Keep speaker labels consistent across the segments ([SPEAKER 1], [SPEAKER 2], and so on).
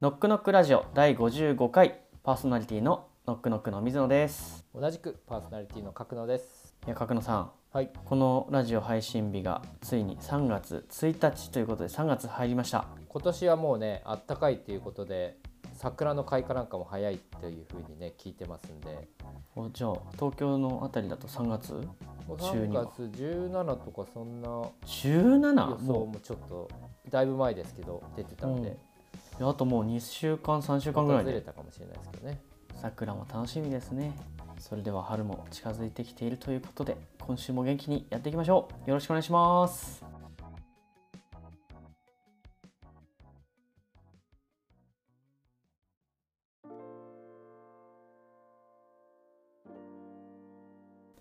[SPEAKER 1] ノックノックラジオ第55回パーソナリティのノックノックの水野です
[SPEAKER 2] 同じくパーソナリティの角野です。
[SPEAKER 1] いや角野さん
[SPEAKER 2] はい、
[SPEAKER 1] このラジオ配信日がついに3月1日ということで3月入りました
[SPEAKER 2] 今年はもうね、あったかいということで、桜の開花なんかも早いというふうにね、聞いてますんで、
[SPEAKER 1] おじゃあ東京のあたりだと3月
[SPEAKER 2] もう
[SPEAKER 1] 12
[SPEAKER 2] 3月17とかそんな予
[SPEAKER 1] 17?
[SPEAKER 2] 想
[SPEAKER 1] も
[SPEAKER 2] もちょっと、だいぶ前ですけど、出てたので、
[SPEAKER 1] ういやあともう2週間3週間ぐ
[SPEAKER 2] 訪
[SPEAKER 1] らい
[SPEAKER 2] れ
[SPEAKER 1] で
[SPEAKER 2] たかもしれないですけどね。
[SPEAKER 1] 桜も楽しみですねそれでは春も近づいてきているということで今週も元気にやっていきましょうよろしくお願いします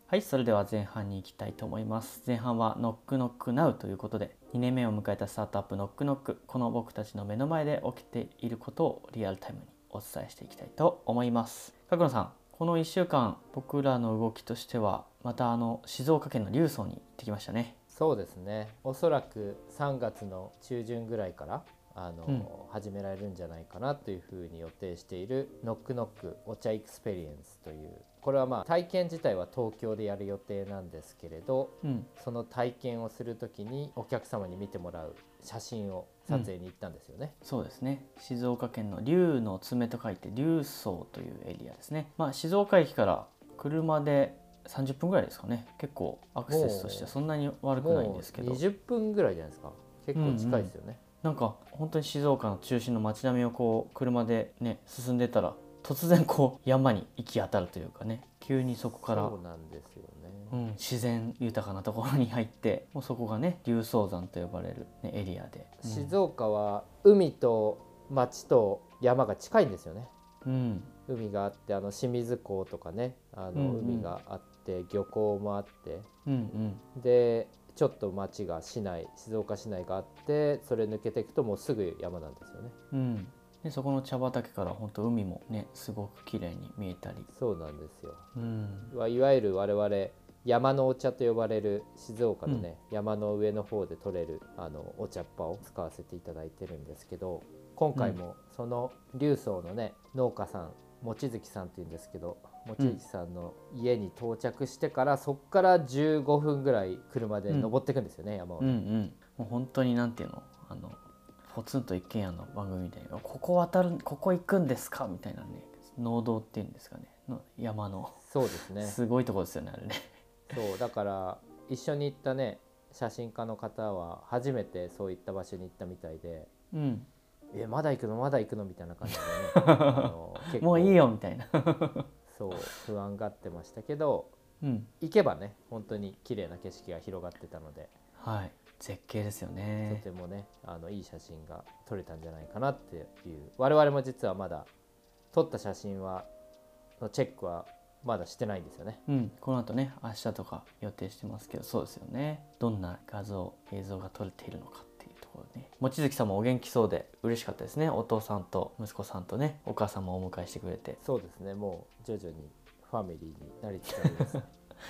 [SPEAKER 1] はい、それでは前半に行きたいと思います。前半はノックノックナウということで、2年目を迎えたスタートアップノックノック、この僕たちの目の前で起きていることをリアルタイムにお伝えしていきたいと思います。角野さん、この1週間、僕らの動きとしては、またあの静岡県の流村に行ってきましたね。
[SPEAKER 2] そうですねおそらく3月の中旬ぐらいからあの、
[SPEAKER 1] うん
[SPEAKER 2] 始められるんじゃないかなというふうに予定している「ノックノックお茶エクスペリエンス」というこれはまあ体験自体は東京でやる予定なんですけれど
[SPEAKER 1] うん、
[SPEAKER 2] その体験をする時にお客様に見てもらう写真を撮影に行ったんですよね。
[SPEAKER 1] そうですね静岡県の竜の爪と書いて竜荘というエリアですね、まあ、静岡駅から車で30分ぐらいですかね結構アクセスとしてはそんなに悪くないん
[SPEAKER 2] もう
[SPEAKER 1] ですけど
[SPEAKER 2] 20分ぐらいじゃないですか結構近いですよね。
[SPEAKER 1] なんか本当に静岡の中心の街並みをこう車でね進んでたら突然こう山に行き当たるというかね急にそこから
[SPEAKER 2] そうなんですよね。
[SPEAKER 1] うん、自然豊かなところに入ってもうそこがね竜荘山と呼ばれる、ね、エリアで、うん
[SPEAKER 2] 静岡は海と町と山が近いんですよね
[SPEAKER 1] うん、
[SPEAKER 2] 海があってあの清水港とかねあ
[SPEAKER 1] うん
[SPEAKER 2] の
[SPEAKER 1] うん
[SPEAKER 2] 海があって、漁港もあって
[SPEAKER 1] うんうん
[SPEAKER 2] でちょっと町が市内静岡市内があってそれ抜けていくともうすぐ山なんですよね
[SPEAKER 1] うん、でそこの茶畑から本当海もねすごく綺麗に見えたり、
[SPEAKER 2] そうなんですよ
[SPEAKER 1] うん、
[SPEAKER 2] わいわゆる我々山のお茶と呼ばれる静岡のね、山の上の方で採れるあのお茶っ葉を使わせていただいてるんですけど今回もその流層のね農家さん望月さんっていうんですけど望月さんの家に到着してから、そこから15分ぐらい車で登っていくんですよね、山を
[SPEAKER 1] うんう
[SPEAKER 2] ね。
[SPEAKER 1] んもう本当になんていうのあのポツンと一軒家の番組みたいなここ渡るここ行くんですかみたいなね農道っていうんですかねの山の、
[SPEAKER 2] そうですね
[SPEAKER 1] すごいとこですよねあれね。
[SPEAKER 2] そうだから一緒に行ったね写真家の方は初めてそういった場所に行ったみたいで
[SPEAKER 1] うん、
[SPEAKER 2] えまだ行くのまだ行くのみたいな 感じでねあの結構
[SPEAKER 1] もういいよみたいな。
[SPEAKER 2] そう不安がってましたけど
[SPEAKER 1] うん
[SPEAKER 2] 行けばね本当に綺麗な景色が広がってたので、
[SPEAKER 1] はい、絶景ですよ
[SPEAKER 2] と
[SPEAKER 1] ね。
[SPEAKER 2] てもねあのいい写真が撮れたんじゃないかなっていう我々も実はまだ撮った写真はのチェックはまだしてないんですよね
[SPEAKER 1] うん、この後ね明日とか予定してますけどそうですよねどんな画像映像が撮れているのかっていうところね望月さんもお元気そうで嬉しかったですねお父さんと息子さんとねお母さんもお迎えしてくれて
[SPEAKER 2] そうですねもう徐々にファミリーになりつつあり ます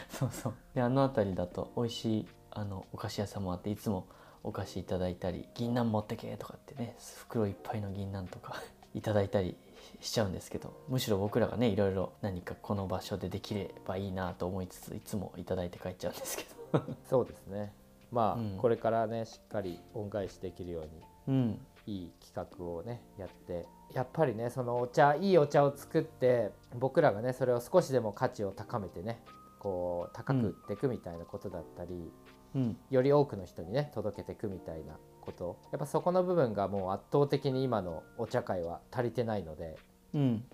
[SPEAKER 1] そうそうであの辺りだと美味しいあのお菓子屋さんもあっていつもお菓子いただいたり銀杏持ってけとかってね袋いっぱいの銀杏とか いただいたりしちゃうんですけどむしろ僕らがねいろいろ何かこの場所でできればいいなと思いつついつもいただいて帰っちゃうんですけど。
[SPEAKER 2] そうですねまあ、
[SPEAKER 1] うん
[SPEAKER 2] これからねしっかり恩返しできるように
[SPEAKER 1] うん
[SPEAKER 2] いい企画をねやってやっぱりねそのお茶いいお茶を作って僕らがねそれを少しでも価値を高めてねこう高く売っていくみたいなことだったり、
[SPEAKER 1] うん
[SPEAKER 2] より多くの人にね届けていくみたいなことやっぱそこの部分がもう圧倒的に今のお茶会は足りてないので、
[SPEAKER 1] うん、
[SPEAKER 2] うん、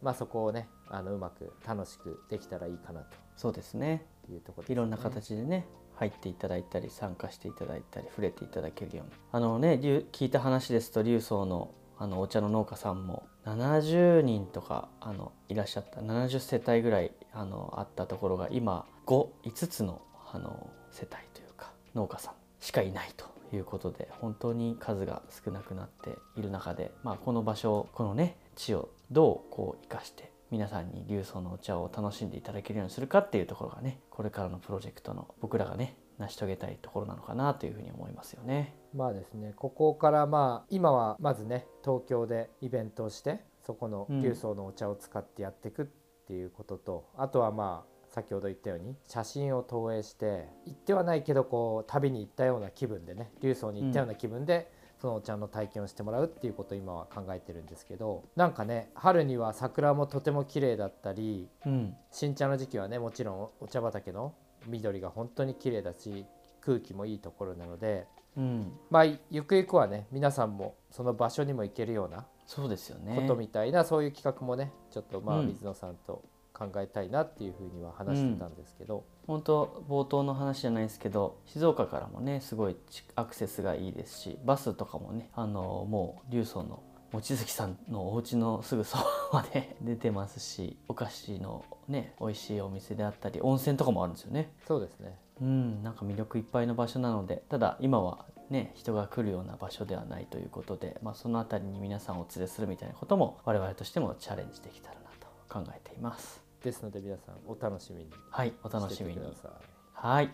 [SPEAKER 2] まあそこをねあのうまく楽しくできたらいいかな
[SPEAKER 1] そうですね
[SPEAKER 2] というところです、ね、
[SPEAKER 1] いろんな形でね入っていただいたり参加していただいたり触れていただけるようなあのね竜聞いた話ですと龍荘のあのお茶の農家さんも70人とかあのいらっしゃった70世帯ぐらいあのあったところが今55つのあの世帯というか農家さんしかいないということで本当に数が少なくなっている中で、まあ、この場所このね地をどうこう生かして皆さんに流層のお茶を楽しんでいただけるようにするかっていうところがねこれからのプロジェクトの僕らがね成し遂げたいところなのかなというふうに思いますよね。
[SPEAKER 2] まあですねここからまあ今はまずね東京でイベントをしてそこの
[SPEAKER 1] うん
[SPEAKER 2] 牛荘のお茶を使ってやっていくっていうことと、あとはまあ先ほど言ったように写真を投影して行ってはないけどこう旅に行ったような気分でね流荘に行ったような気分で、そのお茶の体験をしてもらうっていうことを今は考えてるんですけどなんかね春には桜もとても綺麗だったり
[SPEAKER 1] うん、
[SPEAKER 2] 新茶の時期はねもちろんお茶畑の緑が本当に綺麗だし空気もいいところなので
[SPEAKER 1] うん、
[SPEAKER 2] まあゆくゆくはね皆さんもその場所にも行けるような
[SPEAKER 1] そうですよね。
[SPEAKER 2] ことみたいな、そういう企画もねちょっとまあ
[SPEAKER 1] うん
[SPEAKER 2] 水野さんと考えたいなっていうふうには話してたんですけど、
[SPEAKER 1] 本当冒頭の話じゃないですけど静岡からもねすごいちアクセスがいいですしバスとかもねあのもう流層の望月さんのお家のすぐそばまで 出てますしお菓子のね美味しいお店であったり温泉とかもあるんですよね。
[SPEAKER 2] そうですね
[SPEAKER 1] うん、なんか魅力いっぱいの場所なのでただ今はね人が来るような場所ではないということで、まあ、その辺りに皆さんをお連れするみたいなことも我々としてもチャレンジできたらなと考えています。
[SPEAKER 2] ですので皆さんお楽しみに
[SPEAKER 1] はい、お楽
[SPEAKER 2] し
[SPEAKER 1] して
[SPEAKER 2] て
[SPEAKER 1] み
[SPEAKER 2] くだ
[SPEAKER 1] に。
[SPEAKER 2] さい。
[SPEAKER 1] はい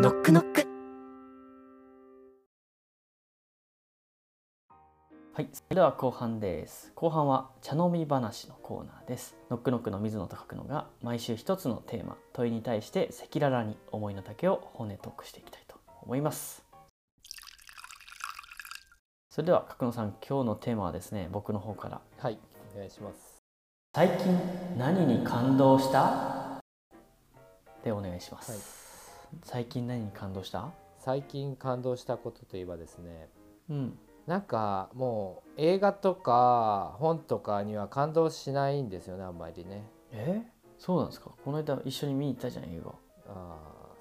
[SPEAKER 3] ノックノック
[SPEAKER 1] はい、それでは後半です。後半は茶飲み話のコーナーです。ノックノックの水野と書くのが毎週一つのテーマ問いに対して赤裸々に思いの丈を本音トークしていきたいと思います。それでは角野さん今日のテーマはですね僕の方から
[SPEAKER 2] はいお願いします
[SPEAKER 1] 最近何に感動したでお願いします、
[SPEAKER 2] はい
[SPEAKER 1] 最近何に感動した
[SPEAKER 2] 最近感動したことといえばですね
[SPEAKER 1] うん
[SPEAKER 2] なんかもう映画とか本とかには感動しないんですよねあんまりね
[SPEAKER 1] えそうなんですかこの間一緒に見に行ったじゃん映画
[SPEAKER 2] ああ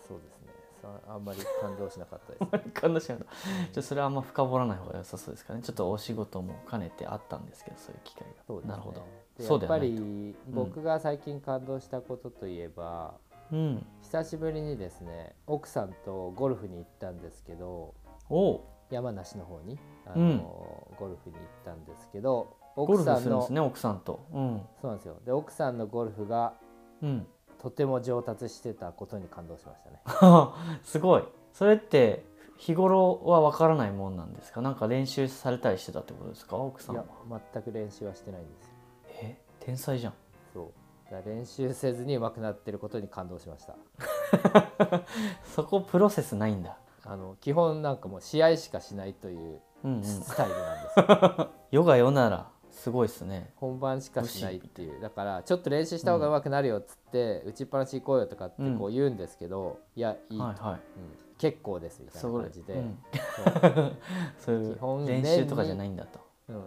[SPEAKER 2] そうですねさあんまり感動しなかったですね
[SPEAKER 1] 感動しなかったちょそれはあんま深掘らない方が良さそうですかねちょっとお仕事も兼ねてあったんですけどそういう機会が
[SPEAKER 2] そうですね
[SPEAKER 1] なるほど
[SPEAKER 2] で
[SPEAKER 1] そうだ
[SPEAKER 2] やっ
[SPEAKER 1] よ
[SPEAKER 2] ぱ
[SPEAKER 1] ね
[SPEAKER 2] り僕が最近感動したことといえば、
[SPEAKER 1] うん
[SPEAKER 2] 久しぶりにですね奥さんとゴルフに行ったんですけど
[SPEAKER 1] おう
[SPEAKER 2] 山梨の方にあの、ゴルフに行ったんですけど
[SPEAKER 1] ゴル
[SPEAKER 2] 奥
[SPEAKER 1] フ
[SPEAKER 2] さん
[SPEAKER 1] するん
[SPEAKER 2] の
[SPEAKER 1] ですね奥さんとうん
[SPEAKER 2] そうなんですよで奥さんのゴルフが
[SPEAKER 1] うん
[SPEAKER 2] とても上達してたことに感動しましたね
[SPEAKER 1] すごいそれって日頃はわからないもんなんですかなんか練習されたりしてたってことですか奥さ
[SPEAKER 2] い
[SPEAKER 1] ん
[SPEAKER 2] や
[SPEAKER 1] は
[SPEAKER 2] 全く練習はしてないんですよ
[SPEAKER 1] え天才じゃん
[SPEAKER 2] そうだから練習せずに上手くなってることに感動しました
[SPEAKER 1] そこプロセスないんだ
[SPEAKER 2] あの基本なんかもう試合しかしないという
[SPEAKER 1] うんうん
[SPEAKER 2] スタイルなんですよ
[SPEAKER 1] 世が世ならすごいっすね
[SPEAKER 2] 本番しかしないっていうだからちょっと練習した方が上手くなるよっつって、打ちっぱなし行こうよとかってこう言うんですけど、いやいい、
[SPEAKER 1] はいはい
[SPEAKER 2] うん結構ですみたい
[SPEAKER 1] そ
[SPEAKER 2] な
[SPEAKER 1] こ
[SPEAKER 2] 感
[SPEAKER 1] で
[SPEAKER 2] じで、
[SPEAKER 1] う
[SPEAKER 2] うんん
[SPEAKER 1] そうい
[SPEAKER 2] 基本
[SPEAKER 1] う練習とかじゃないんだと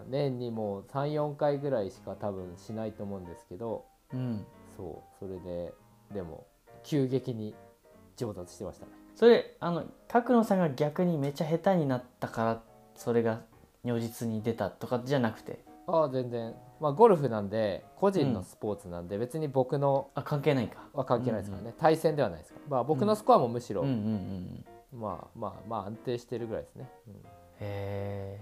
[SPEAKER 2] 年にもう34回ぐらいしか多分しないと思うんですけど
[SPEAKER 1] うん
[SPEAKER 2] そうそれででも急激に上達してましたね
[SPEAKER 1] それあの角野さんが逆にめちゃ下手になったからそれが如実に出たとかじゃなくて
[SPEAKER 2] ああ全然まあゴルフなんで個人のスポーツなんで、別に僕の
[SPEAKER 1] あ関係ないか
[SPEAKER 2] は関係ないですからね、対戦ではないですからまあ僕のスコアもむしろ、
[SPEAKER 1] うんうんうん
[SPEAKER 2] まあまあまあ安定してるぐらいですね、うん
[SPEAKER 1] へ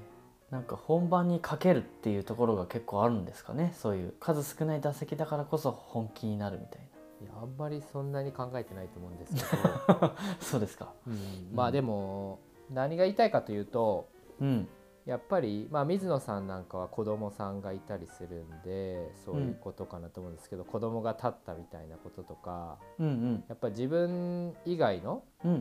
[SPEAKER 1] えんか本番にかけるっていうところが結構あるんですかねそういう数少ない打席だからこそ本気になるみたい
[SPEAKER 2] いやあんまりそんなに考えてないと思うんですけ ど、
[SPEAKER 1] なそうですか
[SPEAKER 2] うんまあでも何が言いたいかというと
[SPEAKER 1] うん
[SPEAKER 2] やっぱり、まあ、水野さんなんかは子供さんがいたりするんでそういうことかなと思うんですけど、子供が立ったみたいなこととか
[SPEAKER 1] うんうん
[SPEAKER 2] やっぱり自分以外の
[SPEAKER 1] うんうんう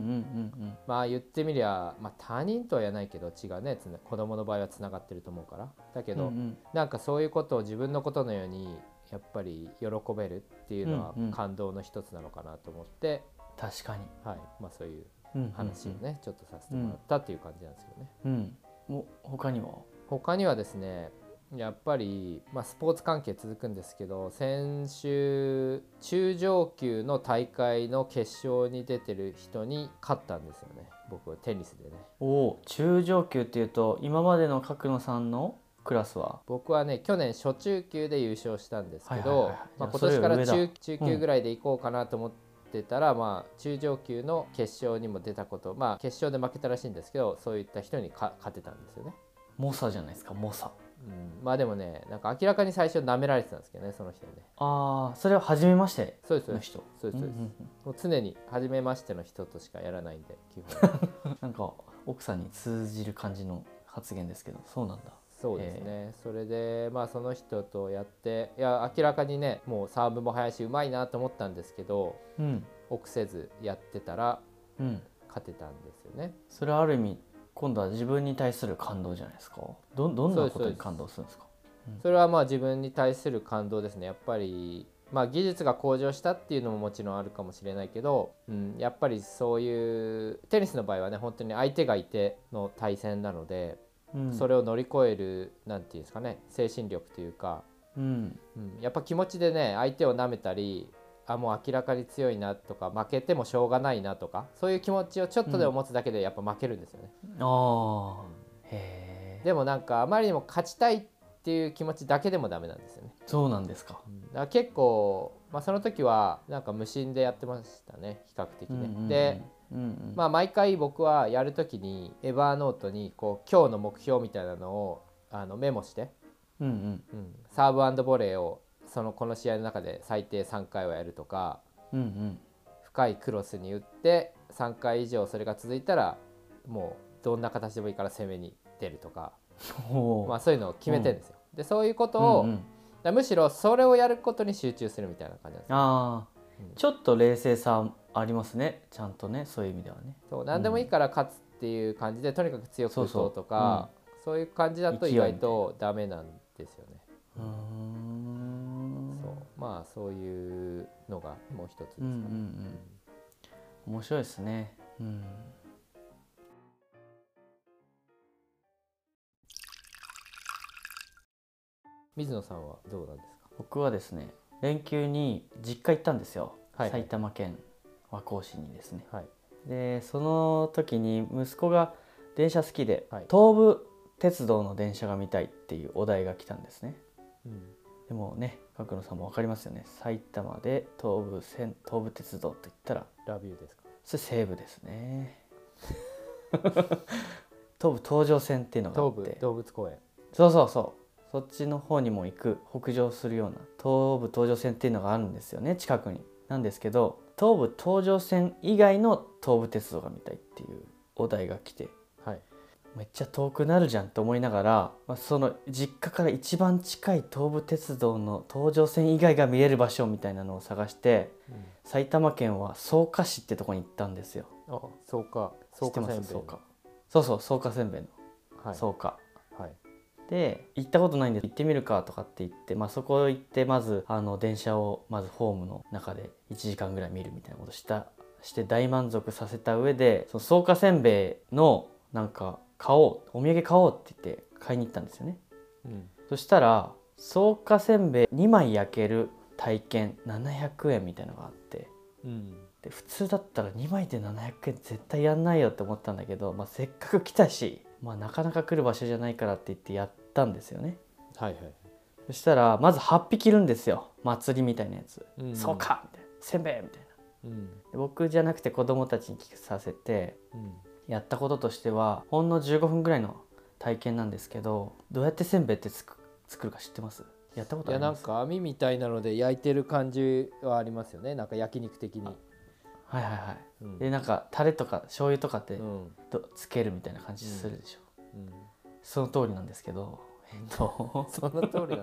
[SPEAKER 1] ん
[SPEAKER 2] まあ言ってみりゃ、まあ、他人とは言わないけど血がねつな子供の場合はつながってると思うからだけ
[SPEAKER 1] うんうん
[SPEAKER 2] ど、
[SPEAKER 1] うん
[SPEAKER 2] なんかそういうことを自分のことのようにやっぱり喜べるっていうのは
[SPEAKER 1] うんうん
[SPEAKER 2] 感動の一つなのかなと思って、
[SPEAKER 1] 確かに、
[SPEAKER 2] はいまあ、そういう
[SPEAKER 1] うんうんうん
[SPEAKER 2] 話をね、ちょっとさせてもらったっていう感じなんですけどね。
[SPEAKER 1] うんお他には
[SPEAKER 2] 他にはですねやっぱり、まあ、スポーツ関係続くんですけど先週中上級の大会の決勝に出てる人に勝ったんですよね僕はテニスでね
[SPEAKER 1] おお中上級っていうと今までの角野さんのクラスは
[SPEAKER 2] 僕はね去年初中級で優勝したんですけ
[SPEAKER 1] はいはいはい
[SPEAKER 2] ど
[SPEAKER 1] はい
[SPEAKER 2] まあ
[SPEAKER 1] じゃあそ
[SPEAKER 2] 今
[SPEAKER 1] れより
[SPEAKER 2] 年から
[SPEAKER 1] 上だ
[SPEAKER 2] 中中級ぐらいで行こうかなと思ってたら、まあ、中上級の決勝にも出たことまあ決勝で負けたらしいんですけどそういった人にか勝てたんですよね。
[SPEAKER 1] 猛者じゃないですか猛者
[SPEAKER 2] うん、まあでもねなんか明らかに最初舐められてたんですけどねその人にね
[SPEAKER 1] ああそれは初めまして
[SPEAKER 2] そうですそう
[SPEAKER 1] の
[SPEAKER 2] です
[SPEAKER 1] 人
[SPEAKER 2] そうですそうです
[SPEAKER 1] んん
[SPEAKER 2] もう常に初めましての人としかやらないんで 基本
[SPEAKER 1] うんなんか奥さんに通じる感じの発言ですけどそうなんだ
[SPEAKER 2] そうですね、それでまあその人とやっていや明らかにねもうサーブも速いしうまいなと思ったんですけど
[SPEAKER 1] うん
[SPEAKER 2] 臆せずやってたら
[SPEAKER 1] うん
[SPEAKER 2] 勝てたんですよね
[SPEAKER 1] それはある意味今度は自分に対する感動じゃないですかどどんなこ
[SPEAKER 2] そう
[SPEAKER 1] と
[SPEAKER 2] で
[SPEAKER 1] に
[SPEAKER 2] す
[SPEAKER 1] 感動するんですか
[SPEAKER 2] それはまあ自分に対する感動ですねやっぱり、まあ、技術が向上したっていうのももちろんあるかもしれないけど、うん、やっぱりそういうテニスの場合はね本当に相手がいての対戦なので、
[SPEAKER 1] うん
[SPEAKER 2] それを乗り越えるなんていうんですかね精神力というか、
[SPEAKER 1] うん
[SPEAKER 2] うん、やっぱ気持ちでね相手を舐めたりあもう明らかに強いなとか負けてもしょうがないなとかそういう気持ちをちょっとでも持つだけでやっぱ負けるんですよね。
[SPEAKER 1] ああへえ
[SPEAKER 2] でもなんかあまりにも勝ちたいっていう気持ちだけでもダメなんですよね。
[SPEAKER 1] そうなんですか
[SPEAKER 2] だから結構、まあ、その時はなんか無心でやってましたね比較的ね。
[SPEAKER 1] うんうんうん
[SPEAKER 2] で、
[SPEAKER 1] うんうん
[SPEAKER 2] まあ、毎回僕はやる時にエバーノートにこう今日の目標みたいなのをあのメモして、
[SPEAKER 1] うんうん
[SPEAKER 2] うん、サーブボレーをそのこの試合の中で最低3回はやるとか
[SPEAKER 1] うんうん
[SPEAKER 2] 深いクロスに打って3回以上それが続いたらもうどんな形でもいいから攻めに出るとか、
[SPEAKER 1] おー
[SPEAKER 2] まあ、そういうのを決めてるんですよ。でそういうことを、
[SPEAKER 1] うんうん
[SPEAKER 2] だからむしろそれをやることに集中するみたいな感じなんですよ
[SPEAKER 1] ああ、
[SPEAKER 2] うん
[SPEAKER 1] ちょっと冷静さありますねちゃんとねそういう意味ではね
[SPEAKER 2] そう何でもいいから勝つっていう感じで、とにかく強く
[SPEAKER 1] そう
[SPEAKER 2] 打
[SPEAKER 1] そう
[SPEAKER 2] とうとかそう,、いう感じだと
[SPEAKER 1] 勢い
[SPEAKER 2] 意
[SPEAKER 1] みたいな
[SPEAKER 2] 外とダメなんですよね。
[SPEAKER 1] うーん
[SPEAKER 2] そうまあそういうのがもう一つです
[SPEAKER 1] う
[SPEAKER 2] かね。
[SPEAKER 1] んうんうん面白いですねうん
[SPEAKER 2] 水野さんはどうなんですか
[SPEAKER 1] 僕はですね連休に実家行ったんですよ、
[SPEAKER 2] はい
[SPEAKER 1] 埼玉県和光市にですね
[SPEAKER 2] はい
[SPEAKER 1] でその時に息子が電車好きで、
[SPEAKER 2] はい
[SPEAKER 1] 東武鉄道の電車が見たいっていうお題が来たんですね
[SPEAKER 2] うん
[SPEAKER 1] でもね角野さんも分かりますよね埼玉で東武線東武鉄道と言ったら
[SPEAKER 2] ラビューですか
[SPEAKER 1] それ西武です ね東武東上線っていうのがあ
[SPEAKER 2] 東
[SPEAKER 1] っ
[SPEAKER 2] 武
[SPEAKER 1] て
[SPEAKER 2] 動物公園
[SPEAKER 1] そうそうそうそっちの方にも行く北上するような東武東上線っていうのがあるんですよね近くになんですけど東武東上線以外の東武鉄道が見たいっていうお題が来て
[SPEAKER 2] はい
[SPEAKER 1] めっちゃ遠くなるじゃんと思いながら、まあ、その実家から一番近い東武鉄道の東上線以外が見える場所みたいなのを探して埼玉県は草加市ってとこに行ったんですよ
[SPEAKER 2] あそうか
[SPEAKER 1] 知
[SPEAKER 2] そう
[SPEAKER 1] って
[SPEAKER 2] か
[SPEAKER 1] ま
[SPEAKER 2] せん
[SPEAKER 1] す
[SPEAKER 2] べい
[SPEAKER 1] 草
[SPEAKER 2] の
[SPEAKER 1] 加そうそう草加せんべいの
[SPEAKER 2] はい
[SPEAKER 1] 草加、
[SPEAKER 2] はい
[SPEAKER 1] で行ったことないんで行ってみるかとかって言って、まあ、そこ行ってまずあの電車をまずホームの中で1時間ぐらい見るみたいなことしたして大満足させた上でその草加せんべいのなんか買おうお土産買おうって言って買いに行ったんですよね
[SPEAKER 2] うん
[SPEAKER 1] そしたら草加せんべい2枚焼ける体験700円みたいなのがあって
[SPEAKER 2] うん
[SPEAKER 1] で普通だったら2枚で700円絶対やんないよって思ったんだけど、まあ、せっかく来たし、まあ、なかなか来る場所じゃないからって言ってやったんですよね
[SPEAKER 2] はいはい
[SPEAKER 1] そしたらまず8匹いるんですよ祭りみたいなやつ、
[SPEAKER 2] うん
[SPEAKER 1] そうかみたいなせんべいみたいな
[SPEAKER 2] うん
[SPEAKER 1] で僕じゃなくて子供たちに聞かさせて
[SPEAKER 2] うん
[SPEAKER 1] やったこととしてはほんの15分ぐらいの体験なんですけどどうやってせんべいってつく作るか知ってますやったこ
[SPEAKER 2] い
[SPEAKER 1] とあ
[SPEAKER 2] や
[SPEAKER 1] り
[SPEAKER 2] な
[SPEAKER 1] ま
[SPEAKER 2] ん
[SPEAKER 1] す
[SPEAKER 2] か網みたいなので焼いてる感じはありますよねなんか焼肉的に、
[SPEAKER 1] はいはいはい、
[SPEAKER 2] うん
[SPEAKER 1] でなんかタレとか醤油とかって
[SPEAKER 2] うん
[SPEAKER 1] どつけるみたいな感じするでしょ、
[SPEAKER 2] うん
[SPEAKER 1] その通りなんですけどえっ と
[SPEAKER 2] その通りなんですよ。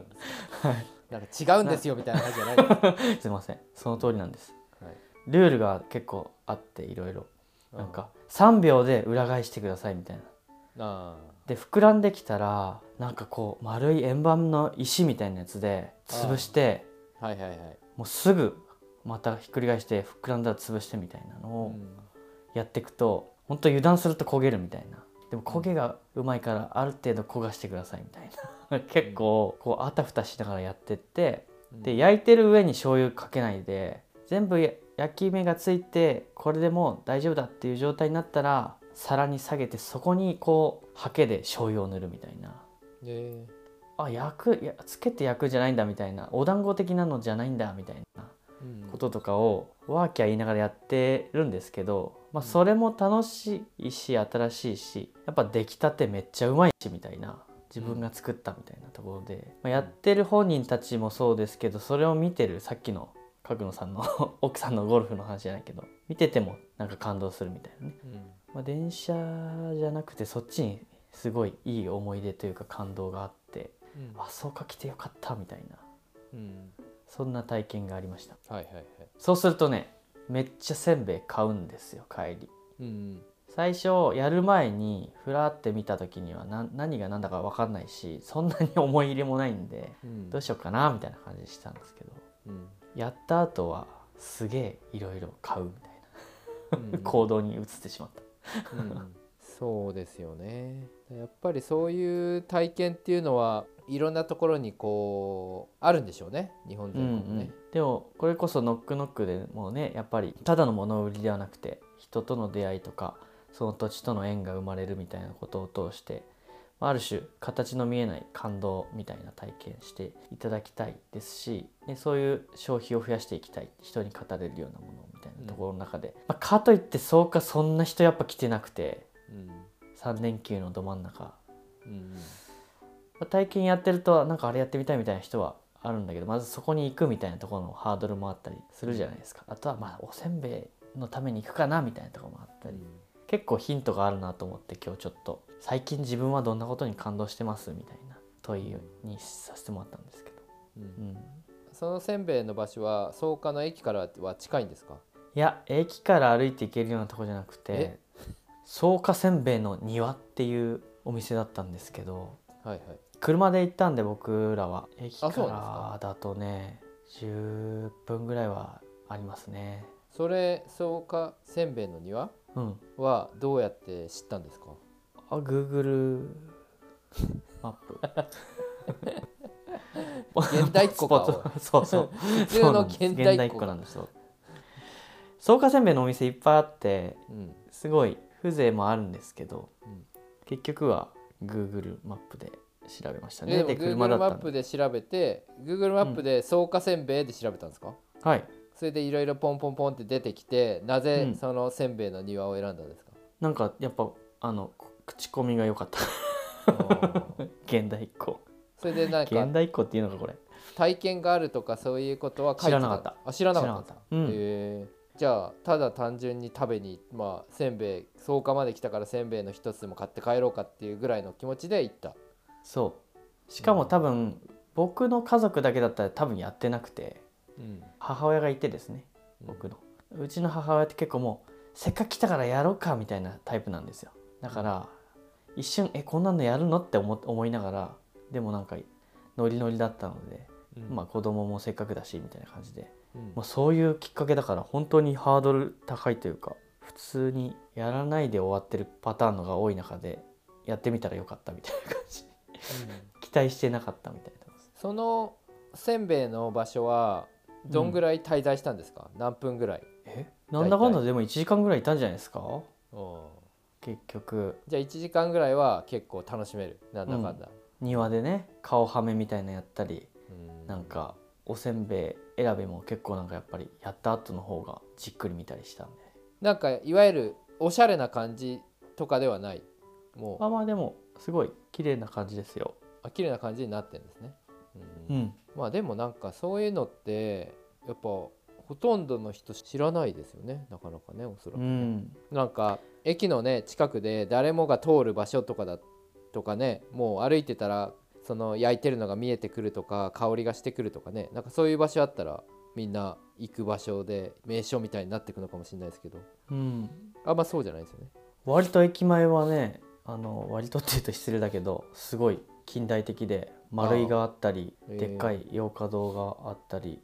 [SPEAKER 2] なんか違うんですよみたいな話じゃないです。
[SPEAKER 1] すいませんその通りなんです
[SPEAKER 2] はい
[SPEAKER 1] ルールが結構あっていろいろなんか3秒で裏返してくださいみたいな
[SPEAKER 2] あ
[SPEAKER 1] で膨らんできたらなんかこう丸い円盤の石みたいなやつで潰して
[SPEAKER 2] あはいはいはい。
[SPEAKER 1] もうすぐまたひっくり返して膨らんだら潰してみたいなの
[SPEAKER 2] う
[SPEAKER 1] を
[SPEAKER 2] ん
[SPEAKER 1] やっていくと本当油断すると焦げるみたいなでも焦げがうまいからある程度焦がしてくださいみたいな 結構こうあたふたしながらやってってで焼いてる上に醤油かけないで全部や焼き目がついてこれでもう大丈夫だっていう状態になったら皿に下げてそこにこうハケで醤油を塗るみたいな
[SPEAKER 2] で
[SPEAKER 1] あ焼くいやつけて焼くんじゃないんだみたいなお団子的なのじゃないんだみたいなこととかをワーキャー言いながらやってるんですけど、まあ、それも楽しいし新しいしやっぱ出来たてめっちゃうまいしみたいな自分が作ったみたいなところで、まあ、やってる本人たちもそうですけどそれを見てるさっきの角野さんの 奥さんのゴルフの話じゃないけど見ててもなんか感動するみたいなね、まあ、電車じゃなくてそっちにすごいいい思い出というか感動があってあそうか来てよかったみたいなそんな体験がありました
[SPEAKER 2] はいはいはい。
[SPEAKER 1] そうするとねめっちゃせんべい買うんですよ帰り
[SPEAKER 2] うん
[SPEAKER 1] 最初やる前にふらって見た時には何何が何だか分かんないしそんなに思い入れもないんで
[SPEAKER 2] うん
[SPEAKER 1] どうしようかなみたいな感じでしたんですけど
[SPEAKER 2] うん
[SPEAKER 1] やった後はすげえいろいろ買うみたい
[SPEAKER 2] うん
[SPEAKER 1] な行動に移ってしまった
[SPEAKER 2] うんそうですよねやっぱりそういう体験っていうのはいろんなところにこうあるんでしょうね日本
[SPEAKER 1] う
[SPEAKER 2] 全
[SPEAKER 1] んう
[SPEAKER 2] 国ね
[SPEAKER 1] ん、でもこれこそノックノックでもうねやっぱりただの物売りではなくて人との出会いとかその土地との縁が生まれるみたいなことを通してまあある種形の見えない感動みたいな体験していただきたいですし、ね、そういう消費を増やしていきたい人に語れるようなものみたいなところの中で、まあ、かといってそうかそんな人やっぱ来てなくて
[SPEAKER 2] うん
[SPEAKER 1] 3連休のど真ん中
[SPEAKER 2] うん
[SPEAKER 1] まあ体験やってるとなんかあれやってみたいみたいな人はあるんだけどまずそこに行くみたいなところのハードルもあったりするじゃないですかあとはまあおせんべいのために行くかなみたいなところもあったり結構ヒントがあるなと思って今日ちょっと最近自分はどんなことに感動してますみたいな問いにさせてもらったんですけど、
[SPEAKER 2] うんう
[SPEAKER 1] うんん、
[SPEAKER 2] そのせんべいの場所は草加の駅からは近いんですか
[SPEAKER 1] いや駅から歩いて行けるようなとこじゃなくて
[SPEAKER 2] え
[SPEAKER 1] 草加せんべいの庭っていうお店だったんですけど
[SPEAKER 2] はいはい
[SPEAKER 1] 車で行ったんで僕らは駅か
[SPEAKER 2] あそうなんです
[SPEAKER 1] ら
[SPEAKER 2] か
[SPEAKER 1] だとね10分ぐらいはありますね
[SPEAKER 2] それ草加せんべいの庭
[SPEAKER 1] うん
[SPEAKER 2] はどうやって知ったんですか
[SPEAKER 1] あ Google マップ
[SPEAKER 2] 現代っ子か
[SPEAKER 1] スポット そうそう
[SPEAKER 2] 普通
[SPEAKER 1] そうな
[SPEAKER 2] の
[SPEAKER 1] んです
[SPEAKER 2] 現代っ子
[SPEAKER 1] 現なんですよ草加せんべいのお店いっぱいあって
[SPEAKER 2] うん
[SPEAKER 1] すごい風情もあるんですけど、
[SPEAKER 2] うん
[SPEAKER 1] 結局は Google マップで調べました
[SPEAKER 2] え
[SPEAKER 1] ね
[SPEAKER 2] でも
[SPEAKER 1] で車だ
[SPEAKER 2] Google
[SPEAKER 1] っ
[SPEAKER 2] マ
[SPEAKER 1] たん
[SPEAKER 2] ッ
[SPEAKER 1] で
[SPEAKER 2] プで調べて Google マップで草加せんべいで調べたんですか
[SPEAKER 1] はい
[SPEAKER 2] それでいろいろポンポンポンって出てきてな
[SPEAKER 1] う
[SPEAKER 2] ぜ
[SPEAKER 1] ん
[SPEAKER 2] そのせんべいの庭を選んだん ですか、
[SPEAKER 1] なんかやっぱあの口コミが良かった
[SPEAKER 2] あー
[SPEAKER 1] 現代っ子
[SPEAKER 2] それでなん
[SPEAKER 1] 現
[SPEAKER 2] か
[SPEAKER 1] 代っ子っていうのかこれ体
[SPEAKER 2] 体験があるとかそういうことは書いて
[SPEAKER 1] 知らなかった
[SPEAKER 2] あ知らなかったんですか
[SPEAKER 1] 知らなかったうん
[SPEAKER 2] へーじゃあただ単純に食べにまあせんべい草加まで来たからせんべいの一つでも買って帰ろうかっていうぐらいの気持ちで行った
[SPEAKER 1] そうしかも多分僕の家族だけだったら多分やってなくて
[SPEAKER 2] うん
[SPEAKER 1] 母親がいてですね僕のうちの母親って結構もうせっかく来たからやろうかみたいなタイプなんですよだから一瞬えこんなのやるのって思思いながらでもなんかノリノリだったので、まあ子供もせっかくだしみたいな感じでまあ、そういうきっかけだから本当にハードル高いというか普通にやらないで終わってるパターンのが多い中でやってみたらよかったみたいな感 じ期待してなかったみたいな
[SPEAKER 2] そのせんべいの場所はどんぐらい滞在したんですか、何分ぐらい
[SPEAKER 1] えなんだかんだでも1時間ぐらいいたんじゃないですか結局
[SPEAKER 2] じゃあ1時間ぐらいは結構楽しめるなんだかんだ、
[SPEAKER 1] 庭でね顔はめみたいなのやったり
[SPEAKER 2] うん
[SPEAKER 1] なんかおせんべい選びも結構なんかやっぱりやった後の方がじっくり見たりしたんで
[SPEAKER 2] なんかいわゆるおしゃれな感じとかではないも
[SPEAKER 1] まあまあでもすごい綺麗な感じですよ
[SPEAKER 2] うあ綺麗な感じになってるんですね、
[SPEAKER 1] う
[SPEAKER 2] う
[SPEAKER 1] んん
[SPEAKER 2] まあでもなんかそういうのってやっぱほとんどの人知らないですよねなかなかねおそらく
[SPEAKER 1] う
[SPEAKER 2] ね、
[SPEAKER 1] ん
[SPEAKER 2] なんか駅のね近くで誰もが通る場所とかだとかねもう歩いてたらその焼いてるのが見えてくるとか香りがしてくるとかねなんかそういう場所あったらみんな行く場所で名所みたいになってくのかもしれないですけど
[SPEAKER 1] うん
[SPEAKER 2] あんまそうじゃないですよね。
[SPEAKER 1] 割と駅前はねあの割とって言うと失礼だけどすごい近代的で丸いがあったり
[SPEAKER 2] あー
[SPEAKER 1] でっかい洋華堂があったり、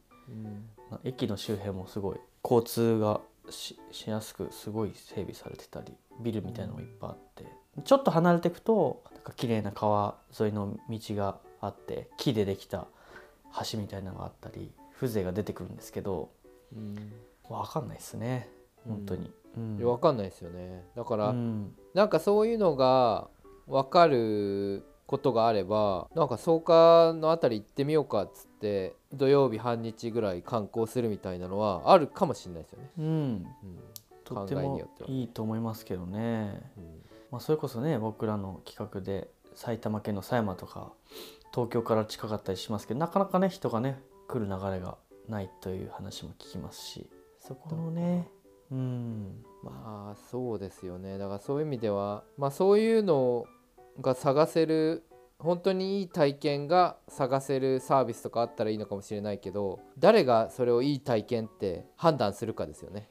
[SPEAKER 1] な駅の周辺もすごい交通がししやすくすごい整備されてたりビルみたいのもいっぱいあって、ちょっと離れていくとなんか綺麗な川沿いの道があって木でできた橋みたいなのがあったり風情が出てくるんですけどわかんないですね本当に。うん
[SPEAKER 2] いやわかんないですよねだから、
[SPEAKER 1] うん
[SPEAKER 2] なんかそういうのが分かることがあればなんか草加のあたり行ってみようかっつっって土曜日半日ぐらい観光するみたいなのはあるかもしれないですよね。
[SPEAKER 1] うん、
[SPEAKER 2] うん
[SPEAKER 1] とって
[SPEAKER 2] 考えに
[SPEAKER 1] も
[SPEAKER 2] よってはい
[SPEAKER 1] いと思いますけどね、
[SPEAKER 2] うん
[SPEAKER 1] まあ、それこそね僕らの企画で埼玉県の狭山とか東京から近かったりしますけどなかなかね人がね来る流れがないという話も聞きますしそこのねうん
[SPEAKER 2] まあそうですよねだからそういう意味では、まあ、そういうのが探せる本当にいい体験が探せるサービスとかあったらいいのかもしれないけど誰がそれをいい体験って判断するかですよ ね。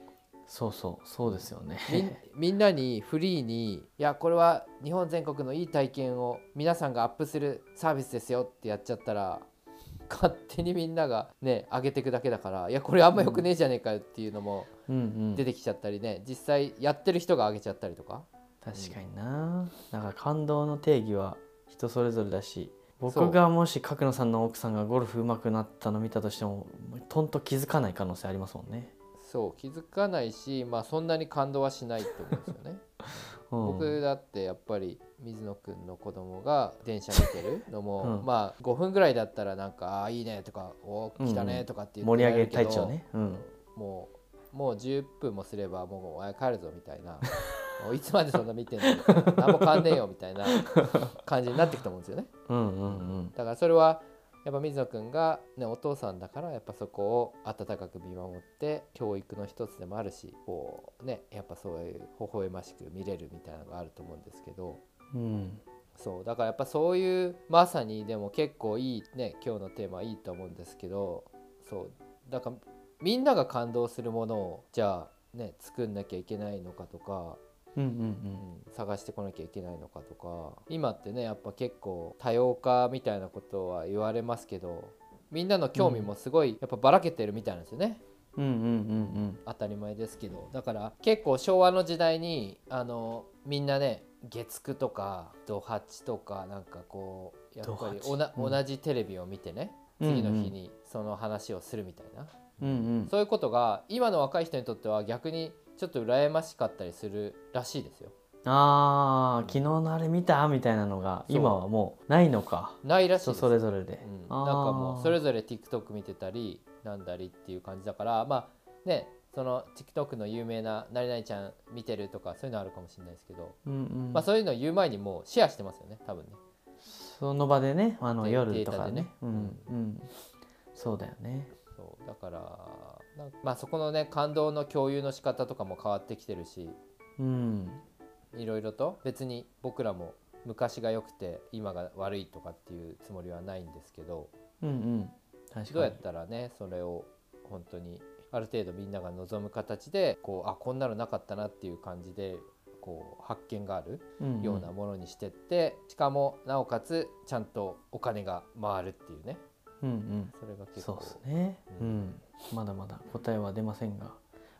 [SPEAKER 1] そうそうそうですよ
[SPEAKER 2] みん
[SPEAKER 1] ね
[SPEAKER 2] みんなにフリーにいやこれは日本全国のいい体験を皆さんがアップするサービスですよってやっちゃったら勝手にみんながね上げていくだけだからいやこれあんまよくねえじゃねえかよっていうのも
[SPEAKER 1] うんうん
[SPEAKER 2] 出てきちゃったりね実際やってる人が上げちゃったりとか
[SPEAKER 1] 確かになだから感動の定義は人それぞれだし
[SPEAKER 2] そ
[SPEAKER 1] 僕
[SPEAKER 2] う
[SPEAKER 1] がもし角野さんの奥さんがゴルフ上手くなったの見たとしてもとんと気づかない可能性ありますもんね。
[SPEAKER 2] そう気づかないしまあそんなに感動はしないと思うんですよね
[SPEAKER 1] うん、
[SPEAKER 2] 僕だってやっぱり水野くんの子供が電車見てるのも、
[SPEAKER 1] うん
[SPEAKER 2] まあ5分ぐらいだったらなんか「あーいいね」とか「おー来た
[SPEAKER 1] うんう
[SPEAKER 2] ね」
[SPEAKER 1] ん
[SPEAKER 2] とかって言っ
[SPEAKER 1] 盛り
[SPEAKER 2] てら
[SPEAKER 1] 上
[SPEAKER 2] れ
[SPEAKER 1] げ
[SPEAKER 2] るけ
[SPEAKER 1] 隊
[SPEAKER 2] ど
[SPEAKER 1] 長ね。うん、
[SPEAKER 2] もうもう10分もすればもうお前帰るぞみたいな もういつまでそんな見てんのみたいな何も変わんねえよみたいな感じになってきたと思うんですよね
[SPEAKER 1] うんうんうん
[SPEAKER 2] だからそれはやっぱ水野くんが、ね、お父さんだからやっぱそこを温かく見守って教育の一つでもあるしこうねやっぱそういう微笑ましく見れるみたいなのがあると思うんですけど
[SPEAKER 1] うん
[SPEAKER 2] そうだからやっぱそういうまさにでも結構いいね今日のテーマはいいと思うんですけどそうだからみんなが感動するものをじゃあね作んなきゃいけないのかとか
[SPEAKER 1] うんうんう
[SPEAKER 2] うんん探してこなきゃいけないのかとか今ってねやっぱ結構多様化みたいなことは言われますけどみんなの興味もすごいやっぱばらけてるみたいなんですよね、
[SPEAKER 1] うんうんうん
[SPEAKER 2] 当たり前ですけどだから結構昭和の時代にあのみんなね月9とかド八とかなんかこうやっぱり
[SPEAKER 1] ド八
[SPEAKER 2] おな、
[SPEAKER 1] うん
[SPEAKER 2] 同じテレビを見てね次の日にその話をするみたいな、
[SPEAKER 1] うんうんうん
[SPEAKER 2] そういうことが今の若い人にとっては逆にちょっと羨ましかったりするらしいですよ。
[SPEAKER 1] あー昨日のあれ見たみたいなのが
[SPEAKER 2] そう
[SPEAKER 1] 今はもうないのか
[SPEAKER 2] ないらしい
[SPEAKER 1] 人
[SPEAKER 2] です
[SPEAKER 1] それぞれで、
[SPEAKER 2] うん、なんか
[SPEAKER 1] あー
[SPEAKER 2] もうそれぞれ TikTok 見てたりなんだりっていう感じだからまあねその TikTok の有名な「なりなりちゃん見てる」とかそういうのあるかもしれないですけど、
[SPEAKER 1] うんうん
[SPEAKER 2] まあ、そういうのを言う前にもうシェアしてますよね多分ね。
[SPEAKER 1] その場でねあの
[SPEAKER 2] で
[SPEAKER 1] 夜とかね
[SPEAKER 2] データでね
[SPEAKER 1] うんうんそうだよね
[SPEAKER 2] そうだからなんまあそこのね感動の共有の仕方とかも変わってきてるし
[SPEAKER 1] うん
[SPEAKER 2] いろいろと別に僕らも昔が良くて今が悪いとかっていうつもりはないんですけど
[SPEAKER 1] うんうん確
[SPEAKER 2] どう
[SPEAKER 1] か
[SPEAKER 2] や
[SPEAKER 1] に
[SPEAKER 2] ったらねそれを本当にある程度みんなが望む形でこうあこんなのなかったなっていう感じでこう発見がある
[SPEAKER 1] うんうん
[SPEAKER 2] ようなものにしてって、しかもなおかつちゃんとお金が回るっていうね
[SPEAKER 1] うんうん
[SPEAKER 2] それが結
[SPEAKER 1] そう
[SPEAKER 2] 構
[SPEAKER 1] ですね、う
[SPEAKER 2] うんん
[SPEAKER 1] まだまだ答えは出ませんが、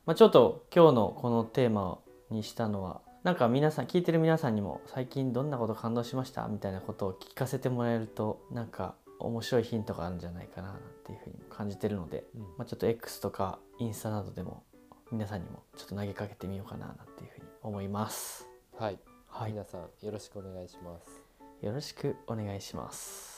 [SPEAKER 1] まあ、ちょっと今日のこのテーマにしたのはなんか皆さん聞いてる皆さんにも最近どんなこと感動しましたみたいなことを聞かせてもらえるとなんか面白いヒントがあるんじゃないかなっていうふうに感じてるので、
[SPEAKER 2] うん
[SPEAKER 1] まあ、ちょっと X とかインスタなどでも皆さんにもちょっと投げかけてみようかななんていうふうに思います。
[SPEAKER 2] はい、
[SPEAKER 1] はい、
[SPEAKER 2] 皆さんよろしくお願いします。
[SPEAKER 1] よろしくお願いします。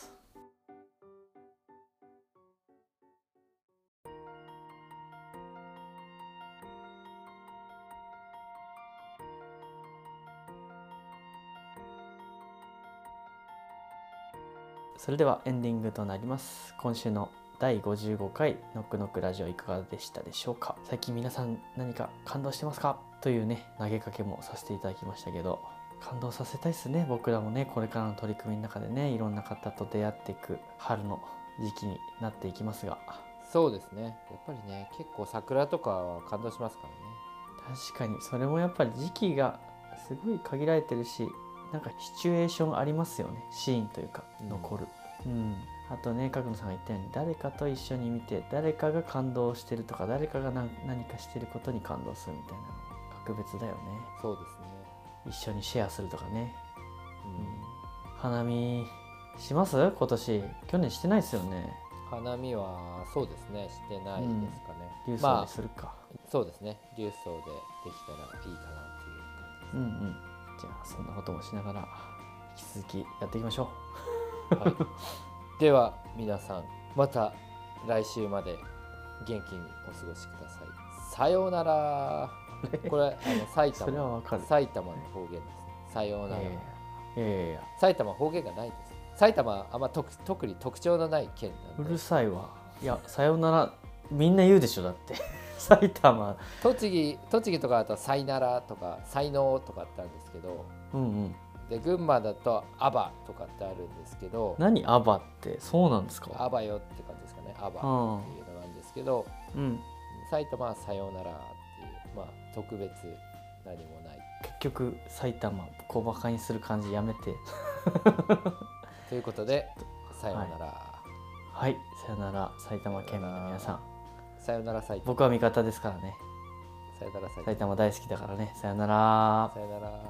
[SPEAKER 1] それではエンディングとなります。今週の第55回ノックノックラジオいかがでしたでしょうか最近皆さん何か感動してますかというね投げかけもさせていただきましたけど感動させたいですね僕らもねこれからの取り組みの中でねいろんな方と出会っていく春の時期になっていきますが
[SPEAKER 2] そうですね。やっぱりね、結構桜とかは感動しますからね。
[SPEAKER 1] 確かにそれもやっぱり時期がすごい限られてるしなんかシチュエーションありますよねシーンというか
[SPEAKER 2] うん
[SPEAKER 1] 残る、うんあとね角野さんが言ったように誰かと一緒に見て誰かが感動してるとか誰かが何何かしてることに感動するみたいなの格別だよね
[SPEAKER 2] そうですね。
[SPEAKER 1] 一緒にシェアするとかね、
[SPEAKER 2] う
[SPEAKER 1] 花見します今年去年してないですよね
[SPEAKER 2] ん、花見はそうですね、してないですかね。
[SPEAKER 1] 流送
[SPEAKER 2] ま
[SPEAKER 1] に
[SPEAKER 2] あ、
[SPEAKER 1] するか、
[SPEAKER 2] そうですね。流送でできたらいいかなっていう感
[SPEAKER 1] うんうんじゃあそんなこともしながら引き続きやっていきましょう
[SPEAKER 2] じです。はい。では皆さんまた来週まで元気にお過ごしくださいさようならこれあの埼
[SPEAKER 1] それは
[SPEAKER 2] 玉
[SPEAKER 1] わかる。
[SPEAKER 2] 埼玉の方言ですさようなら、
[SPEAKER 1] いやいやいや
[SPEAKER 2] 埼玉方言がないです埼玉はあんま特特に特徴のない県な
[SPEAKER 1] うんる
[SPEAKER 2] で
[SPEAKER 1] さいわ。いやさよならみんな言うでしょだって 埼玉。
[SPEAKER 2] 栃木栃木とかだと「さいなら」とか「才能」とかってあるんですけど
[SPEAKER 1] うんうん。
[SPEAKER 2] で群馬だと「アバ」とかってあるんですけど
[SPEAKER 1] 何アバってそうなんです
[SPEAKER 2] 「
[SPEAKER 1] か。
[SPEAKER 2] アバよ」って感じですかね「アバ」
[SPEAKER 1] あ
[SPEAKER 2] っていうのなんですけど
[SPEAKER 1] あうん。
[SPEAKER 2] 埼玉は「さようなら」っていうまあ特別何もない
[SPEAKER 1] 結局埼玉小馬鹿にする感じやめて。
[SPEAKER 2] ということで「さようなら」
[SPEAKER 1] はいさよなら埼玉県民の皆さん。
[SPEAKER 2] さようなら埼玉」
[SPEAKER 1] 僕は味方ですからね。
[SPEAKER 2] 「さよなら埼玉
[SPEAKER 1] 埼」玉大好きだからね。さよなら
[SPEAKER 2] 「さよなら」